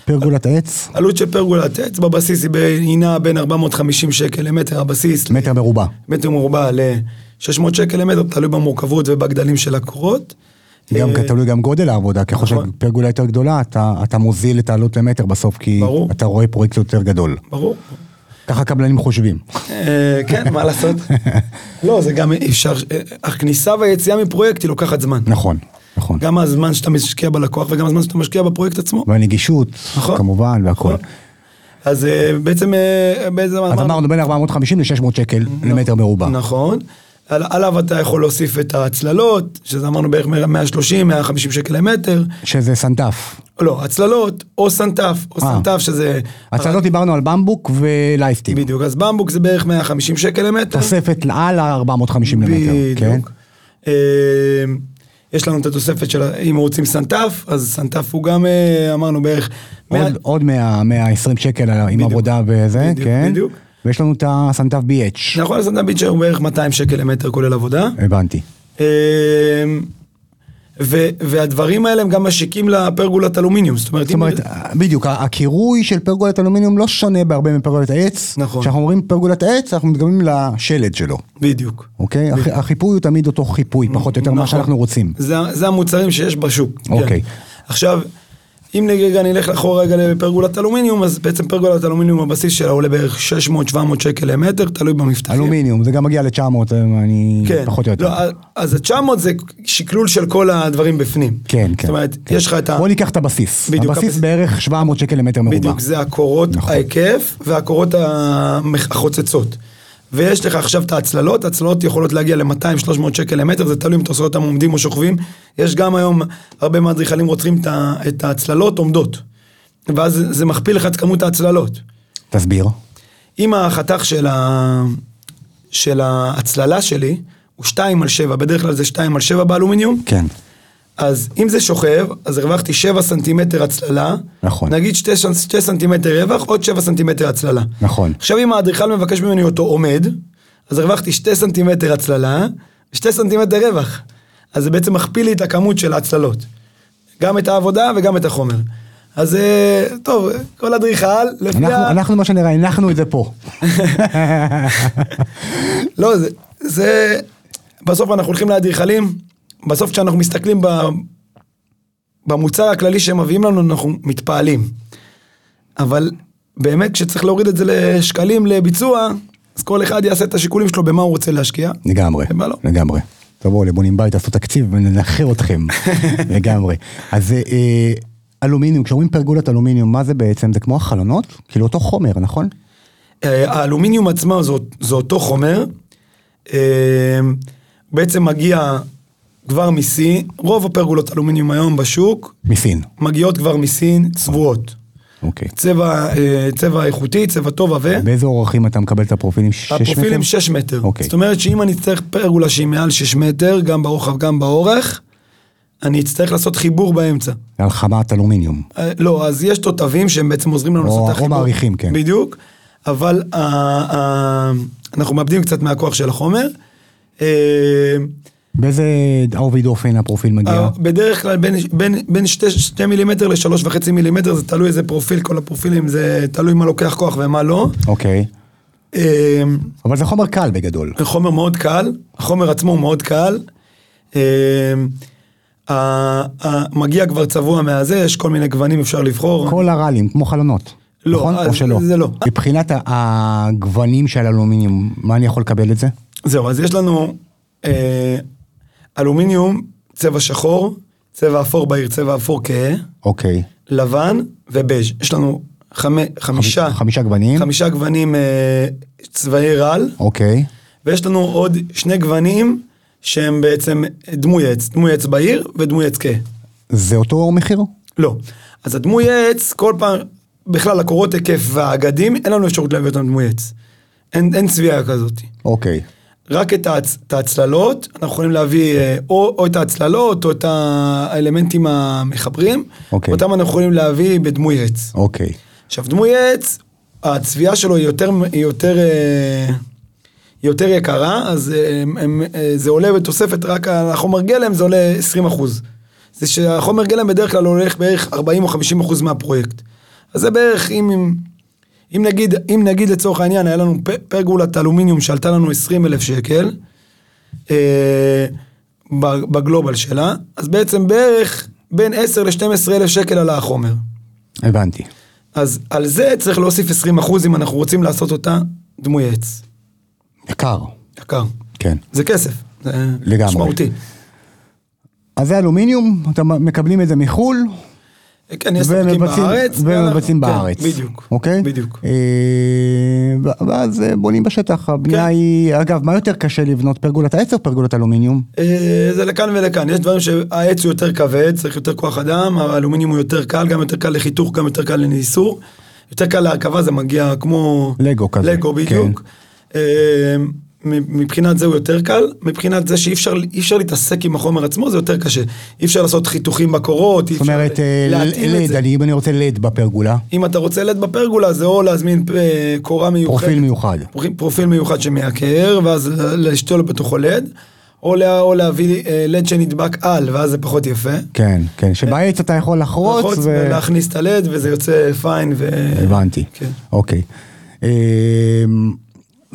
S1: פרגולת העץ?
S2: עלות של פרגולת עץ בבסיס היא ב- היא נעה בין 450 שקל למטר הבסיס,
S1: מטר מרובע.
S2: מטר מרובע ל-600 שקל למטר, תלוי במורכבות ובגדלים של הקורות.
S1: גם
S2: אה,
S1: תלוי גם גודל העבודה, ככל
S2: נכון.
S1: שהפרגולה יותר גדולה, אתה, אתה מוזיל את העלות למטר בסוף, כי
S2: ברור.
S1: אתה רואה פרויקט יותר גדול.
S2: ברור.
S1: ככה קבלנים חושבים.
S2: אה, כן, מה לעשות? לא, זה גם אי אפשר, אה, הכניסה והיציאה מפרויקט היא לוקחת זמן.
S1: נכון, נכון.
S2: גם הזמן שאתה משקיע בלקוח וגם הזמן שאתה משקיע בפרויקט עצמו.
S1: והנגישות,
S2: נכון.
S1: כמובן, והכל.
S2: נכון. אז אה, בעצם, אה, בעצם
S1: אז אמרנו בין 450 ל-600 שקל למטר מרובע.
S2: נכון. על, עליו אתה יכול להוסיף את ההצללות, שזה אמרנו בערך 130, 150 שקל למטר.
S1: שזה סנטף.
S2: לא, הצללות, או סנטף, או
S1: אה.
S2: סנטף שזה...
S1: הצעדות דיברנו על במבוק ולייפטים.
S2: בדיוק, אז במבוק זה בערך 150 שקל למטר.
S1: תוספת על ה-450 למטר. כן?
S2: בדיוק. אה, יש לנו את התוספת של, ה- אם רוצים סנטף, אז סנטף הוא גם, אה, אמרנו בערך... מאה-
S1: עוד- לא. עוד 100, 120 שקל על- עם
S2: בדיוק.
S1: עבודה וזה,
S2: בדיוק,
S1: כן?
S2: בדיק.
S1: ויש לנו את הסנטף BH.
S2: נכון, הסנטף ביצ'ר הוא בערך 200 שקל למטר כולל עבודה.
S1: הבנתי.
S2: אמ, ו- והדברים האלה הם גם משיקים לפרגולת אלומיניום, זאת אומרת,
S1: זאת אומרת,
S2: אם-
S1: בדיוק, הקירוי של פרגולת אלומיניום לא שונה בהרבה מפרגולת העץ.
S2: נכון.
S1: כשאנחנו אומרים פרגולת העץ, אנחנו מתכוונים לשלד שלו,
S2: בדיוק.
S1: אוקיי? הח- החיפוי הוא תמיד אותו חיפוי, פחות או יותר מה
S2: נכון.
S1: שאנחנו רוצים.
S2: זה, זה המוצרים שיש בשוק. כן.
S1: אוקיי.
S2: עכשיו, אם רגע נלך לאחור רגע לפרגולת אלומיניום, אז בעצם פרגולת אלומיניום הבסיס שלה עולה בערך 600-700 שקל למטר, תלוי במבטחים.
S1: אלומיניום, זה גם מגיע ל-900, אני
S2: כן.
S1: פחות או יותר.
S2: לא, אז- אז ה-900 זה שקלול של כל הדברים בפנים.
S1: כן, כן.
S2: זאת אומרת,
S1: כן.
S2: יש לך את ה...
S1: בוא ניקח את הבסיס.
S2: בדיוק,
S1: הבסיס
S2: הבסיס.
S1: בערך 700 שקל למטר מרובע.
S2: בדיוק, זה הקורות
S1: נכון.
S2: ההיקף והקורות המח- החוצצות. ויש לך עכשיו את ההצללות, הצללות יכולות להגיע ל-200-300 שקל למטר, זה תלוי אם אתה עושה אותם עומדים או שוכבים. יש גם היום, הרבה מהאדריכלים רוצים את ה- את ההצללות עומדות. ואז זה מכפיל לך את כמות ההצללות.
S1: תסביר.
S2: אם החתך של, ה... של ההצללה שלי הוא 2 על 7, בדרך כלל זה 2 על 7 באלומיניום,
S1: כן.
S2: אז אם זה שוכב, אז הרווחתי 7 סנטימטר הצללה.
S1: נכון.
S2: נגיד 2 סנטימטר רווח, עוד 7 סנטימטר הצללה.
S1: נכון.
S2: עכשיו אם האדריכל מבקש ממני אותו עומד, אז הרווחתי 2 סנטימטר הצללה, 2 סנטימטר רווח. אז זה בעצם מכפיל לי את הכמות של ההצללות. גם את העבודה וגם את החומר. אז אה, טוב, כל אדריכל, לפי
S1: אנחנו,
S2: ה...
S1: אנחנו מה שנראה, הנחנו את זה פה.
S2: לא, זה, זה... בסוף אנחנו הולכים לאדריכלים, בסוף כשאנחנו מסתכלים ב... במוצר הכללי שהם מביאים לנו, אנחנו מתפעלים. אבל באמת, כשצריך להוריד את זה לשקלים לביצוע, אז כל אחד יעשה את השיקולים שלו במה הוא רוצה להשקיע.
S1: לגמרי,
S2: ומה לא.
S1: לגמרי. תבואו לבונים בית, תעשו תקציב וננחר אתכם, לגמרי. אז אה, אה, אלומיניום, כשאומרים פרגולת אלומיניום, מה זה בעצם? זה כמו החלונות? כאילו אותו חומר, נכון?
S2: אה, האלומיניום עצמו זה, זה אותו חומר, אה, בעצם מגיע כבר מסין, רוב הפרגולות אלומיניום היום בשוק
S1: מסין.
S2: מגיעות כבר מסין צבועות.
S1: אוקיי.
S2: צבע, אה, צבע איכותי, צבע טוב עבה,
S1: באיזה אורכים אתה מקבל את הפרופילים? שש מטר?
S2: כן. הפרופילים 6 מטר.
S1: אוקיי.
S2: זאת אומרת שאם אני אצטרך פרגולה שהיא מעל 6 מטר, גם ברוחב, גם באורך, אני אצטרך לעשות חיבור באמצע.
S1: על חמת אלומיניום.
S2: אה, לא, אז יש תותבים שהם בעצם עוזרים לנו
S1: או-
S2: לעשות את
S1: או
S2: החיבור.
S1: מעריכים, כן.
S2: בדיוק, אבל אה, אה, אנחנו מאבדים קצת מהכוח של החומר. אה,
S1: באיזה עובי דופן הפרופיל מגיע?
S2: אה, בדרך כלל בין, בין, בין שתי, שתי מילימטר לשלוש וחצי מילימטר, זה תלוי איזה פרופיל, כל הפרופילים, זה תלוי מה לוקח כוח ומה לא.
S1: אוקיי.
S2: אה,
S1: אבל זה חומר קל בגדול.
S2: חומר מאוד קל, החומר עצמו הוא מאוד קל. אה, ה- ה- מגיע כבר צבוע מהזה, יש כל מיני גוונים אפשר לבחור.
S1: כל הרעלים, כמו חלונות.
S2: לא,
S1: נכון?
S2: אז
S1: או שלא?
S2: זה לא.
S1: מבחינת ה- הגוונים של אלומיניום, מה אני יכול לקבל את זה?
S2: זהו, אז יש לנו אה, אלומיניום, צבע שחור, צבע אפור בעיר, צבע אפור כהה,
S1: אוקיי.
S2: לבן ובז'. יש לנו חמי, חמישה,
S1: חמישה גוונים?
S2: חמישה גוונים אה, צבעי רעל,
S1: אוקיי.
S2: ויש לנו עוד שני גוונים שהם בעצם דמוי עץ, דמוי עץ בעיר ודמוי עץ כהה.
S1: זה אותו מחיר?
S2: לא. אז הדמוי עץ, כל פעם, בכלל הקורות היקף והאגדים, אין לנו אפשרות להביא אותם דמוי עץ. אין, אין צביעה כזאת.
S1: אוקיי.
S2: רק את, ההצ... את ההצללות, אנחנו יכולים להביא אה, או, או את ההצללות או את האלמנטים המחברים,
S1: אוקיי.
S2: אותם אנחנו יכולים להביא בדמוי עץ.
S1: אוקיי.
S2: עכשיו, דמוי עץ, הצביעה שלו היא יותר, היא יותר, אה, היא יותר יקרה, אז אה, הם, הם, אה, זה עולה בתוספת רק על החומר גלם, זה עולה 20 אחוז. זה שהחומר גלם בדרך כלל הולך בערך 40 או 50 אחוז מהפרויקט. אז זה בערך, אם, אם, אם, נגיד, אם נגיד לצורך העניין, היה לנו פ, פרגולת אלומיניום שעלתה לנו 20 אלף שקל, אה, ב- בגלובל שלה, אז בעצם בערך בין 10 ל-12 אלף שקל עלה החומר.
S1: הבנתי.
S2: אז על זה צריך להוסיף 20% אם אנחנו רוצים לעשות אותה דמוי עץ.
S1: יקר.
S2: יקר.
S1: כן.
S2: זה כסף. זה
S1: לגמרי.
S2: משמעותי.
S1: אז זה אלומיניום, אתם מקבלים את זה מחו"ל,
S2: כן, יש ספקים בארץ. ואנחנו-
S1: ומבצעים
S2: כן,
S1: בארץ.
S2: בדיוק.
S1: אוקיי?
S2: בדיוק.
S1: אה, ו- ואז אה, בונים בשטח, הבנייה
S2: כן.
S1: היא, אגב, מה יותר קשה לבנות, פרגולת העץ או פרגולת אלומיניום?
S2: אה, זה לכאן ולכאן. יש דברים שהעץ הוא יותר כבד, צריך יותר כוח אדם, האלומיניום הוא יותר קל, גם יותר קל לחיתוך, גם יותר קל לניסור. יותר קל להרכבה, זה מגיע כמו...
S1: לגו כזה. כן.
S2: לגו בדיוק. אה, מ- מבחינת זה הוא יותר קל, מבחינת זה שאי אפשר, אי אפשר להתעסק עם החומר עצמו זה יותר קשה. אי אפשר לעשות חיתוכים בקורות, אי
S1: זאת
S2: אפשר
S1: אומרת, אה,
S2: להתאים את
S1: לד,
S2: זה.
S1: אני- אם אני רוצה לד בפרגולה,
S2: אם אתה רוצה לד בפרגולה זה או להזמין אה, קורה מיוחדת,
S1: פרופיל מיוחד.
S2: פרופיל- פרופיל מיוחד שמייקר, ואז לשתול בתוכו לד, או, לה, או להביא אה, לד שנדבק על, ואז זה פחות יפה.
S1: כן, כן, שבעץ אתה יכול לחרוץ
S2: לחוץ
S1: ו...
S2: ולהכניס את הלד וזה יוצא פיין ו...
S1: הבנתי,
S2: כן.
S1: אוקיי. אמ,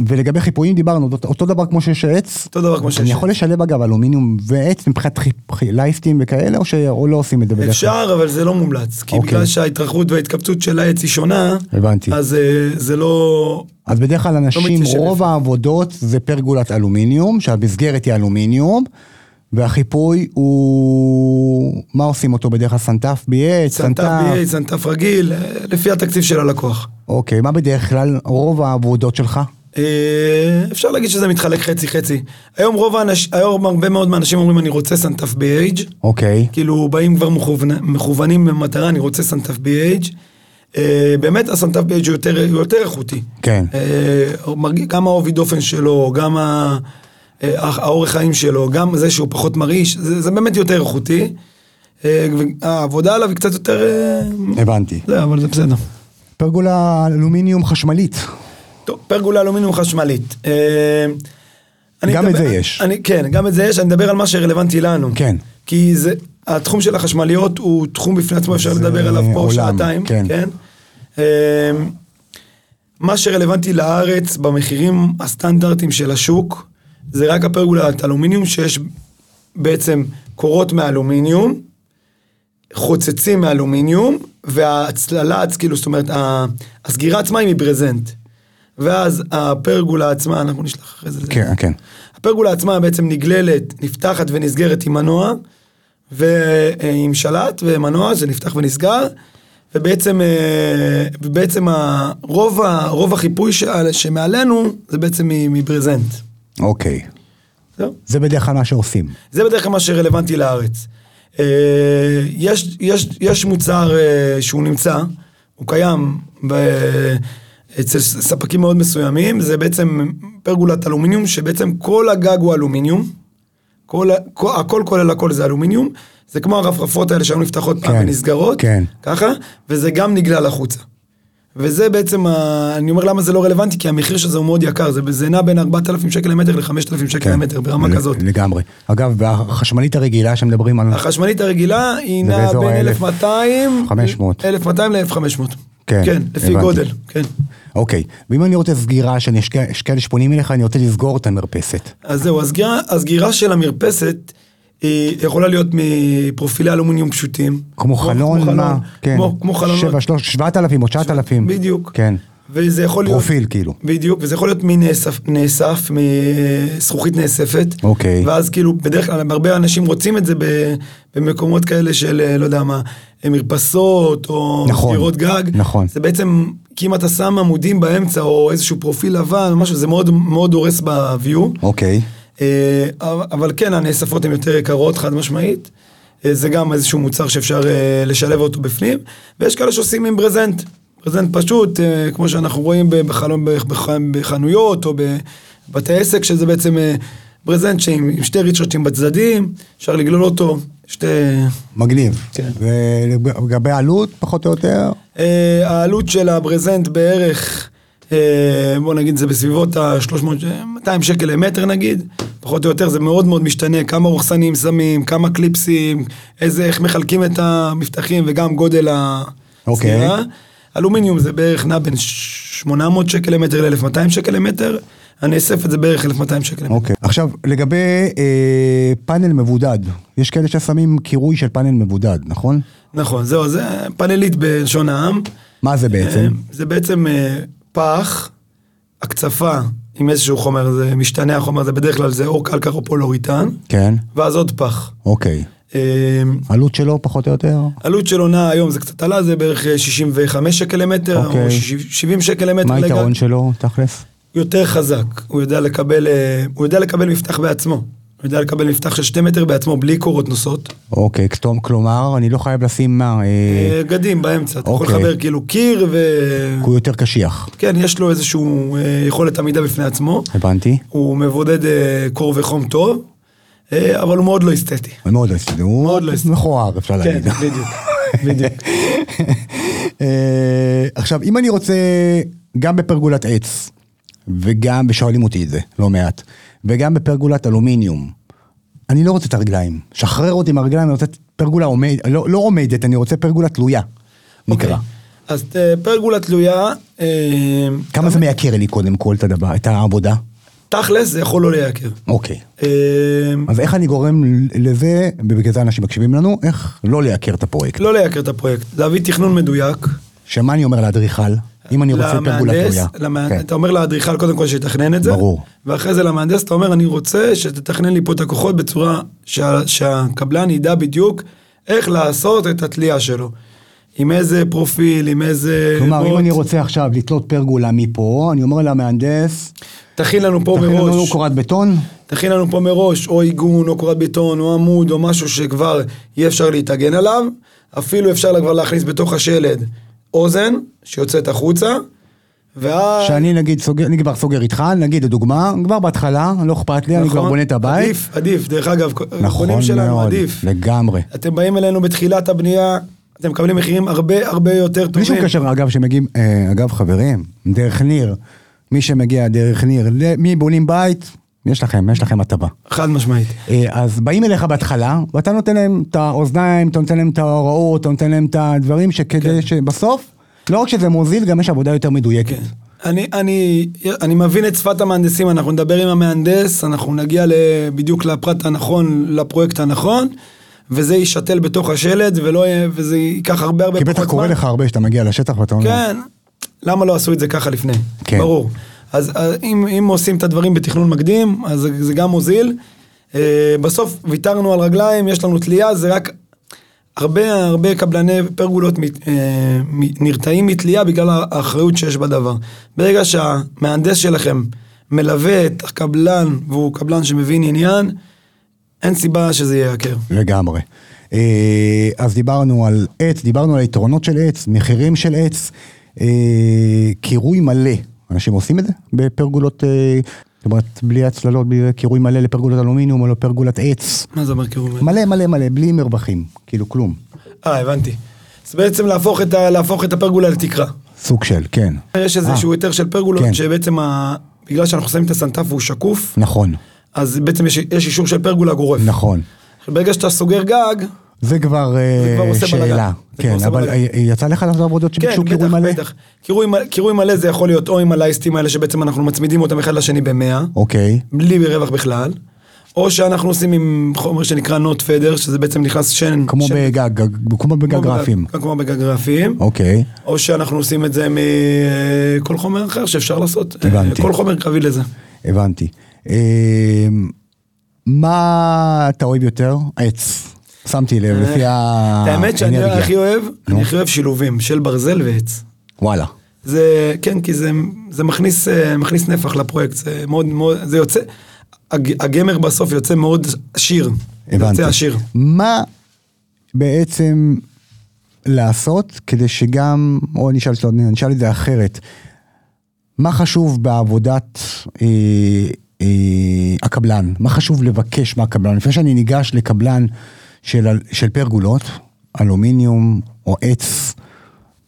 S1: ולגבי חיפויים דיברנו, אותו- אותו דבר כמו שיש עץ.
S2: אותו דבר כמו שיש
S1: אני
S2: עץ.
S1: יכול לשלב אגב אלומיניום ועץ מבחינת חיפ- חי- לייסטים וכאלה, או ש- או לא עושים את זה בדרך כלל?
S2: אפשר, אבל זה לא מומלץ, כי
S1: אוקיי.
S2: בגלל שההתרחבות וההתקבצות של העץ היא שונה,
S1: הבנתי.
S2: אז אה, זה לא...
S1: אז בדרך כלל אנשים,
S2: מתיישב
S1: רוב
S2: יפה. העבודות
S1: זה פרגולת אלומיניום, שהמסגרת היא אלומיניום, והחיפוי הוא... מה עושים אותו בדרך כלל? סנטף בי-עץ?
S2: צנתף BA, צנתף רגיל, אה, לפי התקציב של הלקוח.
S1: אוקיי, מה בדרך כלל רוב העבודות שלך?
S2: אה, אפשר להגיד שזה מתחלק חצי חצי. היום רוב האנשים, היום הרבה מאוד מהאנשים אומרים אני רוצה סנטף בי-אייג',
S1: אוקיי.
S2: כאילו באים כבר מכוונ- מכוונים במטרה אני רוצה סנטף בי-אייג'. אה, באמת הסנטף בי-אייג' הוא יותר, הוא יותר איכותי.
S1: כן.
S2: אה, הוא מרגיש- גם העובי דופן שלו, גם ה- אה, האורך חיים שלו, גם זה שהוא פחות מרעיש, זה, זה באמת יותר איכותי. אה, והעבודה עליו היא קצת יותר... אה,
S1: הבנתי.
S2: זה, אבל זה בסדר.
S1: פרגולה אלומיניום חשמלית.
S2: טוב, פרגולה אלומיניום חשמלית. אה, אני
S1: גם את
S2: מדבר-
S1: זה יש.
S2: אני, כן, גם את זה יש, אני מדבר על מה שרלוונטי לנו.
S1: כן.
S2: כי זה, התחום של החשמליות הוא תחום בפני עצמו, אפשר
S1: זה
S2: לדבר עליו פה
S1: עולם,
S2: שעתיים.
S1: כן.
S2: כן? אמ, מה שרלוונטי לארץ במחירים הסטנדרטיים של השוק, זה רק הפרגולת אלומיניום שיש בעצם קורות מאלומיניום, חוצצים מאלומיניום, וההצללה, כאילו, זאת אומרת, ה- הסגירה עצמה היא מברזנט. ואז הפרגולה עצמה, אנחנו נשלח אחרי זה.
S1: כן, כן.
S2: הפרגולה עצמה בעצם נגללת, נפתחת ונסגרת עם מנוע, ועם שלט ומנוע, זה נפתח ונסגר, ובעצם אה, ובעצם ה- רוב, ה- רוב החיפוי שעל- שמעלינו זה בעצם מ- מברזנט.
S1: אוקיי.
S2: זהו.
S1: זה בדרך כלל מה שעושים.
S2: זה בדרך כלל מה שרלוונטי לארץ. אה, יש, יש, יש מוצר אה, שהוא נמצא, הוא קיים ב, אצל ס- ספקים מאוד מסוימים, זה בעצם פרגולת אלומיניום, שבעצם כל הגג הוא אלומיניום, כל, ה- כל, הכל כולל הכל זה אלומיניום, זה כמו הרפרפות האלה שהיו נפתחות פעם
S1: כן,
S2: ונסגרות,
S1: כן.
S2: ככה, וזה גם נגלל החוצה. וזה בעצם, ה... אני אומר למה זה לא רלוונטי, כי המחיר של זה הוא מאוד יקר, זה, זה נע בין 4,000 שקל למטר ל-5,000 שקל למטר, ברמה
S1: לג-
S2: כזאת.
S1: כן.
S2: אה.
S1: לגמרי. אגב, החשמלית הרגילה שמדברים על...
S2: החשמלית הרגילה היא
S1: זה
S2: נעה
S1: באזור
S2: בין
S1: ה-
S2: 1200,
S1: 500,
S2: 1200 ל-1500.
S1: כן,
S2: כן, לפי
S1: הבנתי.
S2: גודל, כן.
S1: אוקיי. ואם אני רוצה סגירה, שאני יש כאלה- יש כאלה שפונים אליך, אני רוצה לסגור את המרפסת.
S2: אז זהו, הסגירה, הסגירה של המרפסת היא יכולה להיות מפרופילי אלומיניום פשוטים.
S1: כמו חלון, מה? כן.
S2: כמו, כמו חלונות.
S1: שבע, שלוש, שבעת אלפים או תשעת אלפים.
S2: בדיוק.
S1: כן.
S2: וזה יכול להיות...
S1: פרופיל, כאילו.
S2: בדיוק, וזה יכול להיות מנאסף, נאסף, מזכוכית נאספת.
S1: אוקיי.
S2: ואז כאילו, בדרך כלל, הרבה אנשים רוצים את זה ב- במקומות כאלה של, אה, לא יודע מה, מרפסות, או
S1: נכון,
S2: דירות גג.
S1: נכון.
S2: זה בעצם, כי אם אתה שם עמודים באמצע, או איזשהו פרופיל לבן, או משהו, זה מאוד מאוד הורס ב-view.
S1: אוקיי.
S2: אה, אבל- אבל כן, הנאספות הן יותר יקרות, חד משמעית. אה, זה גם איזשהו מוצר שאפשר אה, לשלב אותו בפנים, ויש כאלה שעושים עם ברזנט. ברזנט פשוט, אה, כמו שאנחנו רואים ב- בחלון, בח- בח- בחנויות או בבתי עסק, שזה בעצם אה, ברזנט שעם עם שתי ריצ'רטים בצדדים, אפשר לגלול אותו, שתי...
S1: מגניב.
S2: כן.
S1: ולגבי עלות, פחות או יותר?
S2: אה, העלות של הברזנט בערך, אה, בוא נגיד זה בסביבות ה-300-200 שקל למטר נגיד, פחות או יותר זה מאוד מאוד משתנה, כמה רוחסנים שמים, כמה קליפסים, איזה, איך מחלקים את המבטחים וגם גודל הסגירה.
S1: אוקיי.
S2: אלומיניום זה בערך נע בין 800 שקל למטר ל-1200 שקל למטר, אני אאסף את זה בערך 1200 שקל למטר.
S1: אוקיי. עכשיו, לגבי אה, פאנל מבודד, יש כאלה ששמים קירוי של פאנל מבודד, נכון?
S2: נכון, זהו, זה פאנלית בלשון העם.
S1: מה זה בעצם?
S2: אה, זה בעצם אה, פח, הקצפה עם איזשהו חומר, זה משתנה החומר, זה בדרך כלל זה או קלקר או פולוריטן,
S1: כן.
S2: ואז עוד פח.
S1: אוקיי.
S2: אה,
S1: עלות שלו פחות או יותר?
S2: עלות של עונה היום זה קצת עלה, זה בערך אה, 65 שקל למטר,
S1: אוקיי.
S2: או 60 70 שקל למטר.
S1: מה
S2: לגג.
S1: היתרון שלו, תכלס?
S2: יותר חזק, הוא יודע לקבל, אה, הוא יודע לקבל מפתח בעצמו. הוא יודע לקבל מפתח של 2 מטר בעצמו, בלי קורות נוסעות.
S1: אוקיי, כתום, כלומר, אני לא חייב לשים מה, אה,
S2: אה, גדים באמצע, אתה יכול
S1: אוקיי.
S2: לחבר כאילו קיר, ו...
S1: כי הוא יותר קשיח.
S2: כן, יש לו איזשהו אה, יכולת עמידה בפני עצמו.
S1: הבנתי.
S2: הוא מבודד אה, קור וחום טוב, אה, אבל הוא מאוד לא אסתטי.
S1: מאוד לא הסתדר. הוא
S2: מאוד לא הסתדר.
S1: מכוער, אפשר
S2: כן,
S1: להגיד.
S2: בדיוק, בדיוק.
S1: אה, עכשיו, אם אני רוצה, גם בפרגולת עץ, וגם, ושואלים אותי את זה, לא מעט, וגם בפרגולת אלומיניום, אני לא רוצה את הרגליים. שחרר אותי מהרגליים, אני רוצה פרגולה עומדת, לא, לא עומדת, אני רוצה פרגולה תלויה, נקרא.
S2: אוקיי. אז אה, פרגולה תלויה, אה,
S1: כמה זה מייקר לי קודם כל את הדבר, את העבודה?
S2: תכלס זה יכול לא לייקר.
S1: אוקיי.
S2: אה,
S1: אז איך אני גורם לזה, ובגלל זה אנשים מקשיבים לנו, איך לא לייקר את הפרויקט?
S2: לא לייקר את הפרויקט, להביא תכנון מדויק.
S1: שמה אני אומר לאדריכל? אם אני רוצה פרגולה
S2: למהנדס,
S1: תלויה.
S2: למהנ-
S1: כן.
S2: אתה אומר לאדריכל קודם כל שיתכנן את זה.
S1: ברור.
S2: ואחרי זה למהנדס אתה אומר אני רוצה שתתכנן לי פה את הכוחות בצורה שה, שהקבלן ידע בדיוק איך לעשות את התלייה שלו. עם איזה פרופיל, עם איזה...
S1: כלומר, אם
S2: מוט.
S1: אני רוצה עכשיו לתלות פרגולה מפה, אני אומר למהנדס,
S2: תכין לנו פה
S1: תכין לנו
S2: מראש,
S1: קורת בטון,
S2: תכין לנו פה מראש או עיגון או קורת ביטון או עמוד או משהו שכבר יהיה אפשר להתאגן עליו, אפילו אפשר לה כבר להכניס בתוך השלד אוזן שיוצאת החוצה, ואז...
S1: שאני נגיד סוגר, אני כבר סוגר איתך, נגיד לדוגמה, כבר בהתחלה, לא אכפת לי, אני כבר בונה את הבית.
S2: נכון? עדיף, עדיף, דרך אגב,
S1: נכון
S2: קונים שלנו
S1: מאוד,
S2: עדיף.
S1: לגמרי.
S2: אתם באים אלינו בתחילת הבנייה, אתם מקבלים מחירים הרבה הרבה יותר
S1: בלי שום
S2: טובים.
S1: קשר, אגב, שמגיעים, אה, אגב, חברים, דרך ניר, מי שמגיע דרך ניר, ל- מבונים בית, יש לכם, יש לכם הטבה.
S2: חד משמעית.
S1: אה, אז באים אליך בהתחלה, ואתה נותן להם את האוזניים, אתה נותן להם את ההוראות, אתה נותן להם את הדברים שכדי שבסוף, לא רק שזה מוזיל, גם יש עבודה יותר מדויקת.
S2: כן. אני, אני, אני מבין את שפת המהנדסים, אנחנו נדבר עם המהנדס, אנחנו נגיע ל- בדיוק לפרט הנכון, לפרויקט הנכון, וזה יישתל בתוך השלד, ולא, יהיה- וזה ייקח הרבה הרבה
S1: כי
S2: פחות זמן.
S1: בטח קורה לך הרבה שאתה מגיע לשטח ואתה אומר,
S2: כן, למה לא עשו את זה ככה לפני?
S1: כן.
S2: כן. ברור. אז אה, אם, אם עושים את הדברים בתכנון מקדים, אז זה, זה גם מוזיל. אה, בסוף ויתרנו על רגליים, יש לנו תלייה, זה רק... הרבה הרבה קבלני פרגולות מת, אה, מ- נרתעים מתלייה בגלל האחריות שיש בדבר. ברגע שהמהנדס שלכם מלווה את הקבלן, והוא קבלן שמבין עניין, אין סיבה שזה יהיה יקר.
S1: לגמרי. אה, אז דיברנו על עץ, דיברנו על היתרונות של עץ, מחירים של עץ, אה, קירוי מלא. אנשים עושים את זה בפרגולות, אה, זאת אומרת, בלי הצללות, בלי קירוי מלא לפרגולת אלומיניום או לפרגולת עץ.
S2: מה זה אומר קירוב?
S1: מלא מלא מלא, בלי מרווחים, כאילו כלום.
S2: אה, הבנתי. אז בעצם להפוך את, ה, להפוך את הפרגולה לתקרה.
S1: סוג של, כן.
S2: יש איזשהו היתר של פרגולות,
S1: כן.
S2: שבעצם ה... בגלל שאנחנו שמים את הסנטף והוא שקוף,
S1: נכון,
S2: אז בעצם יש, יש אישור של פרגולה גורף.
S1: נכון.
S2: ברגע שאתה סוגר גג,
S1: זה כבר אה,
S2: כבר עושה
S1: שאלה.
S2: בלאגן. זה
S1: כן,
S2: כבר עושה
S1: אבל
S2: בלאגן.
S1: אה, יצא לך לעשות עבודות
S2: כן,
S1: שביקשו קירוי
S2: בטח,
S1: מלא?
S2: בטח. קירוי, מ- קירוי מלא זה יכול להיות או עם הלייסטים האלה שבעצם אנחנו מצמידים אותם אחד לשני במאה,
S1: אוקיי,
S2: בלי רווח בכלל, או שאנחנו עושים עם חומר שנקרא נוט פדר, שזה בעצם נכנס שן...
S1: כמו
S2: שן-
S1: בגג, גג- כמו
S2: כמו
S1: בגג
S2: בגג-
S1: רפים.
S2: כמו בגג רפים.
S1: אוקיי.
S2: או שאנחנו עושים את זה מכל חומר אחר שאפשר לעשות. אה,
S1: הבנתי.
S2: כל חומר קרבי לזה.
S1: הבנתי. אמ, מה אתה אוהב יותר? עץ. שמתי לב, לפי האנרגיה.
S2: אה, האמת שאני הכי אוהב, אני הכי אוהב שילובים של ברזל ועץ.
S1: וואלה.
S2: זה, כן, כי זה, זה מכניס, אה, מכניס נפח לפרויקט, זה מאוד מאוד, זה יוצא, הג- הגמר בסוף יוצא מאוד עשיר.
S1: הבנתי.
S2: יוצא עשיר.
S1: מה בעצם לעשות כדי שגם, או נשאל, נשאל את זה אחרת, מה חשוב בעבודת אה, אה, הקבלן? מה חשוב לבקש מהקבלן? לפני שאני ניגש לקבלן של, אל- של פרגולות, אלומיניום או עץ,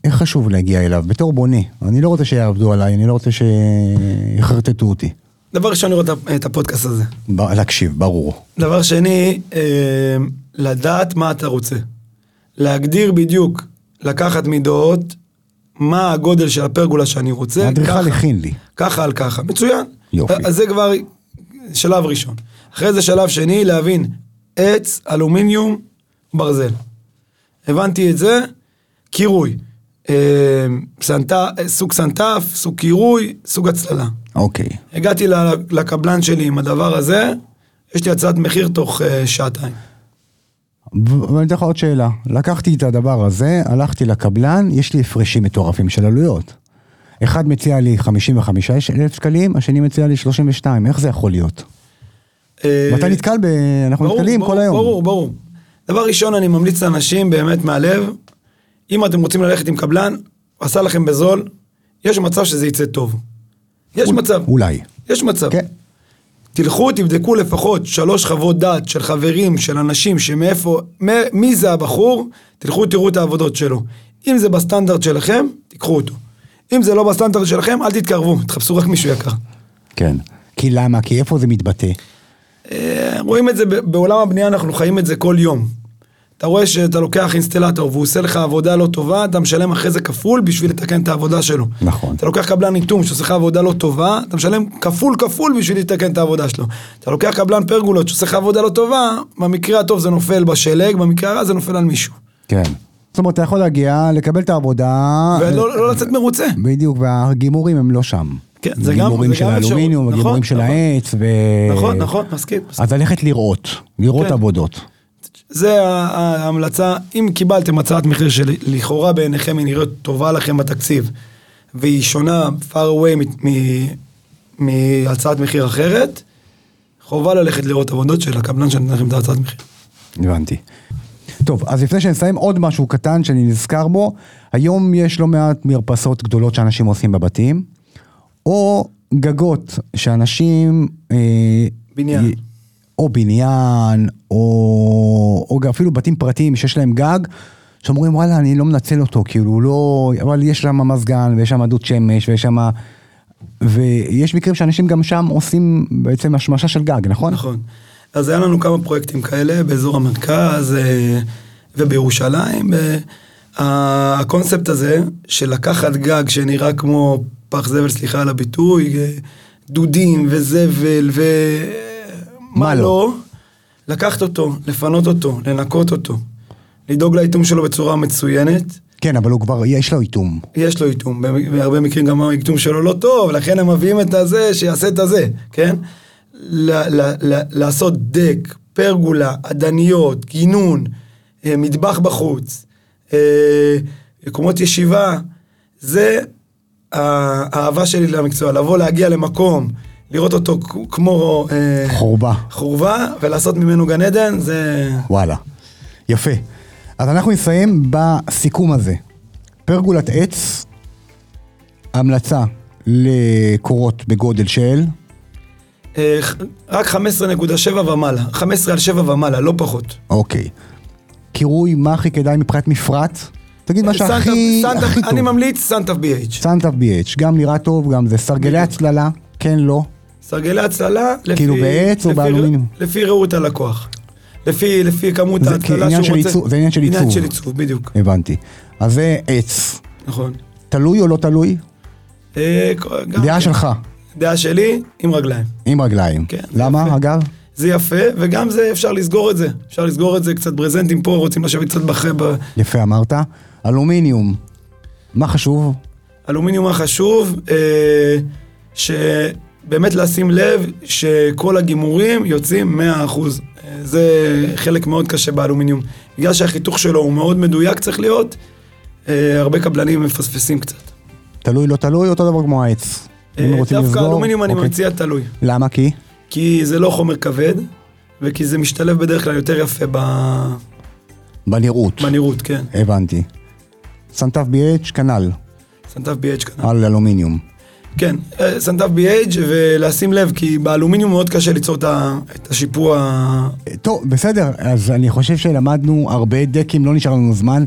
S1: איך חשוב להגיע אליו? בתור בונה, אני לא רוצה שיעבדו עליי, אני לא רוצה שיחרטטו אותי.
S2: דבר ראשון לראות את ה- את הפודקאסט הזה.
S1: ב- להקשיב, ברור.
S2: דבר שני, אה, לדעת מה אתה רוצה. להגדיר בדיוק, לקחת מידות, מה הגודל של הפרגולה שאני רוצה.
S1: האדריכל
S2: ככה.
S1: הכין לי.
S2: ככה על ככה, מצוין.
S1: יופי.
S2: אז זה כבר שלב ראשון. אחרי זה שלב שני, להבין עץ, אלומיניום, ברזל. הבנתי את זה, קירוי. אה, סנט... סוג סנטף, סוג קירוי, סוג הצללה.
S1: אוקיי.
S2: הגעתי ל- לקבלן שלי עם הדבר הזה, יש לי הצעת מחיר תוך אה, שעתיים.
S1: ו- ואני אתן לך עוד שאלה. לקחתי את הדבר הזה, הלכתי לקבלן, יש לי הפרשים מטורפים של עלויות. אחד מציע לי 55 אלף שקלים, השני מציע לי 32, איך זה יכול להיות?
S2: אה,
S1: ואתה נתקל ב... אנחנו
S2: ברור,
S1: נתקלים
S2: ברור,
S1: כל היום.
S2: ברור, ברור. דבר ראשון, אני ממליץ לאנשים באמת מהלב, אם אתם רוצים ללכת עם קבלן, עשה לכם בזול, יש מצב שזה יצא טוב. יש מצב,
S1: אולי.
S2: יש מצב.
S1: כן.
S2: תלכו, תבדקו לפחות שלוש חוות דעת של חברים, של אנשים, שמאיפה, מ- מי זה הבחור, תלכו תראו את העבודות שלו. אם זה בסטנדרט שלכם, תיקחו אותו. אם זה לא בסטנדרט שלכם, אל תתקרבו, תחפשו רק מישהו יקר.
S1: כן. כי למה? כי איפה זה מתבטא?
S2: אה, רואים את זה ב- בעולם הבנייה, אנחנו חיים את זה כל יום. אתה רואה שאתה לוקח אינסטלטור והוא עושה לך עבודה לא טובה, אתה משלם אחרי זה כפול בשביל לתקן את העבודה שלו.
S1: נכון.
S2: אתה לוקח קבלן איטום שעושה לך עבודה לא טובה, אתה משלם כפול כפול בשביל לתקן את העבודה שלו. אתה לוקח קבלן פרגולות שעושה לך עבודה לא טובה, במקרה הטוב זה נופל בשלג, במקרה הרע זה נופל על מישהו.
S1: כן. זאת אומרת, אתה יכול להגיע, לקבל את העבודה... אה,
S2: ולא לא לצאת מרוצה.
S1: בדיוק, והגימורים הם לא שם.
S2: כן, זה גם-
S1: הגימורים
S2: זה
S1: של
S2: גם אפשרות.
S1: האלומיניום,
S2: נכון,
S1: הגימורים של
S2: נכון.
S1: העץ, ו...
S2: נכון, נכון, מסכים. מסכים.
S1: אז ללכת לראות, לראות
S2: כן.
S1: עבודות.
S2: זה ה- ה- ההמלצה, אם קיבלתם הצעת מחיר שלכאורה בעיניכם היא נראית טובה לכם בתקציב, והיא שונה far away מת- מ- מהצעת מחיר אחרת, חובה ללכת לראות עבודות של הקבלן שנתן לכם את ההצעת מחיר.
S1: הבנתי. טוב, אז לפני שנסיים עוד משהו קטן שאני נזכר בו, היום יש לא מעט מרפסות גדולות שאנשים עושים בבתים, או גגות שאנשים... אה,
S2: בניין.
S1: י- או בניין, או, או גם אפילו בתים פרטיים שיש להם גג, שאומרים וואלה אני לא מנצל אותו, כאילו הוא לא, אבל יש שם מזגן ויש שם עדות שמש ויש שם... ויש מקרים שאנשים גם שם עושים בעצם השמשה של גג, נכון?
S2: נכון. אז היה לנו כמה פרויקטים כאלה באזור המרכז אה, ובירושלים. אה, ה- הקונספט הזה של לקחת גג שנראה כמו פח זבל, סליחה על הביטוי, אה, דודים וזבל ו...
S1: מה
S2: מה
S1: לא?
S2: לא, לקחת אותו, לפנות אותו, לנקות אותו, לדאוג לאיטום שלו בצורה מצוינת.
S1: כן, אבל הוא כבר, יש לו איטום.
S2: יש לו איטום, במ- בהרבה מקרים גם האיטום שלו לא טוב, לכן הם מביאים את הזה, שיעשה את הזה, כן? ל- ל- ל- לעשות דק, פרגולה, עדניות, גינון, אה, מטבח בחוץ, אה, מקומות ישיבה, זה ה- האהבה שלי למקצוע, לבוא, להגיע למקום, לראות אותו כ- כמו אה,
S1: חורבה.
S2: חורבה, ולעשות ממנו גן עדן, זה...
S1: וואלה. יפה. אז אנחנו נסיים בסיכום הזה. פרגולת עץ, המלצה לקורות בגודל של,
S2: אה, ח- רק 15.7 ומעלה, 15 על 7 ומעלה, לא פחות.
S1: אוקיי. קירוי, מה הכי כדאי מבחינת מפרט? תגיד מה
S2: סנטה-
S1: שהכי
S2: סנטה-
S1: הכי טוב.
S2: אני ממליץ סנטה BH.
S1: סנטה BH, גם נראה טוב, גם זה סרגלי הצללה, כן, לא.
S2: סרגלי הצללה, לפי...
S1: כאילו בעץ או
S2: לפי-
S1: באלומיניום?
S2: לפי ראות הלקוח. לפי, לפי כמות
S1: זה
S2: ההצללה שהוא
S1: עניין
S2: רוצה.
S1: של עיצוב- זה עניין של
S2: עניין
S1: עיצוב.
S2: של עיצוב, בדיוק,
S1: הבנתי. אז זה עץ.
S2: נכון.
S1: תלוי או לא תלוי?
S2: אה, כל- גם-
S1: דעה שלך,
S2: דעה שלי, עם רגליים.
S1: עם רגליים.
S2: כן, זה
S1: למה,
S2: יפה.
S1: אגב?
S2: זה יפה, וגם זה, אפשר לסגור את זה. אפשר לסגור את זה, קצת ברזנטים פה, רוצים לשבת קצת בח...
S1: יפה אמרת. אלומיניום, מה חשוב?
S2: באלומיניום החשוב, אה, שבאמת לשים לב שכל הגימורים יוצאים 100%. אה, זה חלק מאוד קשה באלומיניום. בגלל שהחיתוך שלו הוא מאוד מדויק צריך להיות, אה, הרבה קבלנים מפספסים קצת.
S1: תלוי, לא תלוי, אותו דבר כמו העץ. אם
S2: אה,
S1: רוצים לסגור...
S2: דווקא אלומיניום אני
S1: אוקיי.
S2: מציע תלוי,
S1: למה? כי?
S2: כי זה לא חומר כבד, וכי זה משתלב בדרך כלל יותר יפה ב-
S1: בנראות.
S2: בנראות, כן.
S1: הבנתי. סנטף BH, כנ"ל,
S2: סנטף BH כנראה.
S1: על אלומיניום.
S2: כן, אה, סנטף BH, ולשים לב, כי באלומיניום מאוד קשה ליצור את ה- את השיפוע
S1: אה, טוב, בסדר, אז אני חושב שלמדנו הרבה דקים, לא נשאר לנו זמן.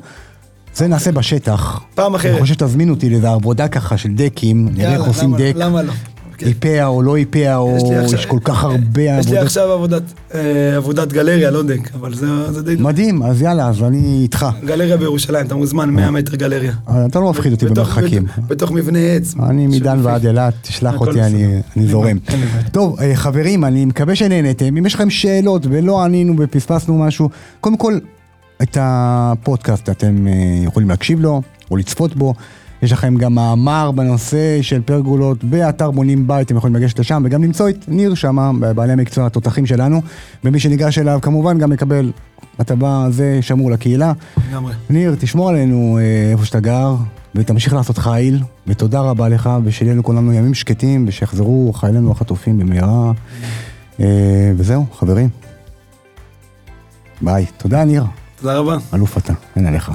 S1: זה נעשה בשטח.
S2: פעם
S1: אני
S2: אחרת.
S1: חושב שתזמין אותי לאיזה עבודה ככה של דקים, נראה איך
S2: יאללה,
S1: עושים
S2: למה-
S1: דק,
S2: למה לא? כן.
S1: איפאה או לא איפאה, או
S2: לי עכשיו-
S1: יש כל כך הרבה
S2: יש לי
S1: עבודות.
S2: עכשיו עבודת, אה, עבודת גלריה, לא דק, אבל זה זה די...
S1: מדהים, אז יאללה, אז אני איתך.
S2: גלריה בירושלים, אתה מוזמן 100 מטר גלריה.
S1: אבל אתה לא מפחיד אותי
S2: בתוך-
S1: במרחקים.
S2: בת- בתוך מבנה עץ.
S1: אני מדן
S2: של-
S1: ועד אילת, תשלח
S2: הכל
S1: אותי, אני-
S2: בסדר.
S1: אני זורם.
S2: אין לי בעיה.
S1: טוב, אה, חברים, אני מקווה שנהנתם. אם יש לכם שאלות ולא ענינו ופספסנו משהו, קודם כל, את הפודקאסט אתם אה, יכולים להקשיב לו או לצפות בו. יש לכם גם מאמר בנושא של פרגולות באתר בונים בית, אתם יכולים לגשת לשם וגם למצוא את ניר שמה, בעלי המקצוע התותחים שלנו. ומי שניגש אליו כמובן גם מקבל הטבה זה שמור לקהילה.
S2: לגמרי.
S1: ניר, תשמור עלינו אה, איפה שאתה גר, ותמשיך לעשות חיל, ותודה רבה לך, ושיהיה לנו כולנו ימים שקטים, ושיחזרו חיילינו החטופים במהרה. אה, וזהו, חברים. ביי. תודה, ניר.
S2: תודה רבה.
S1: אלוף אתה, אין עליך.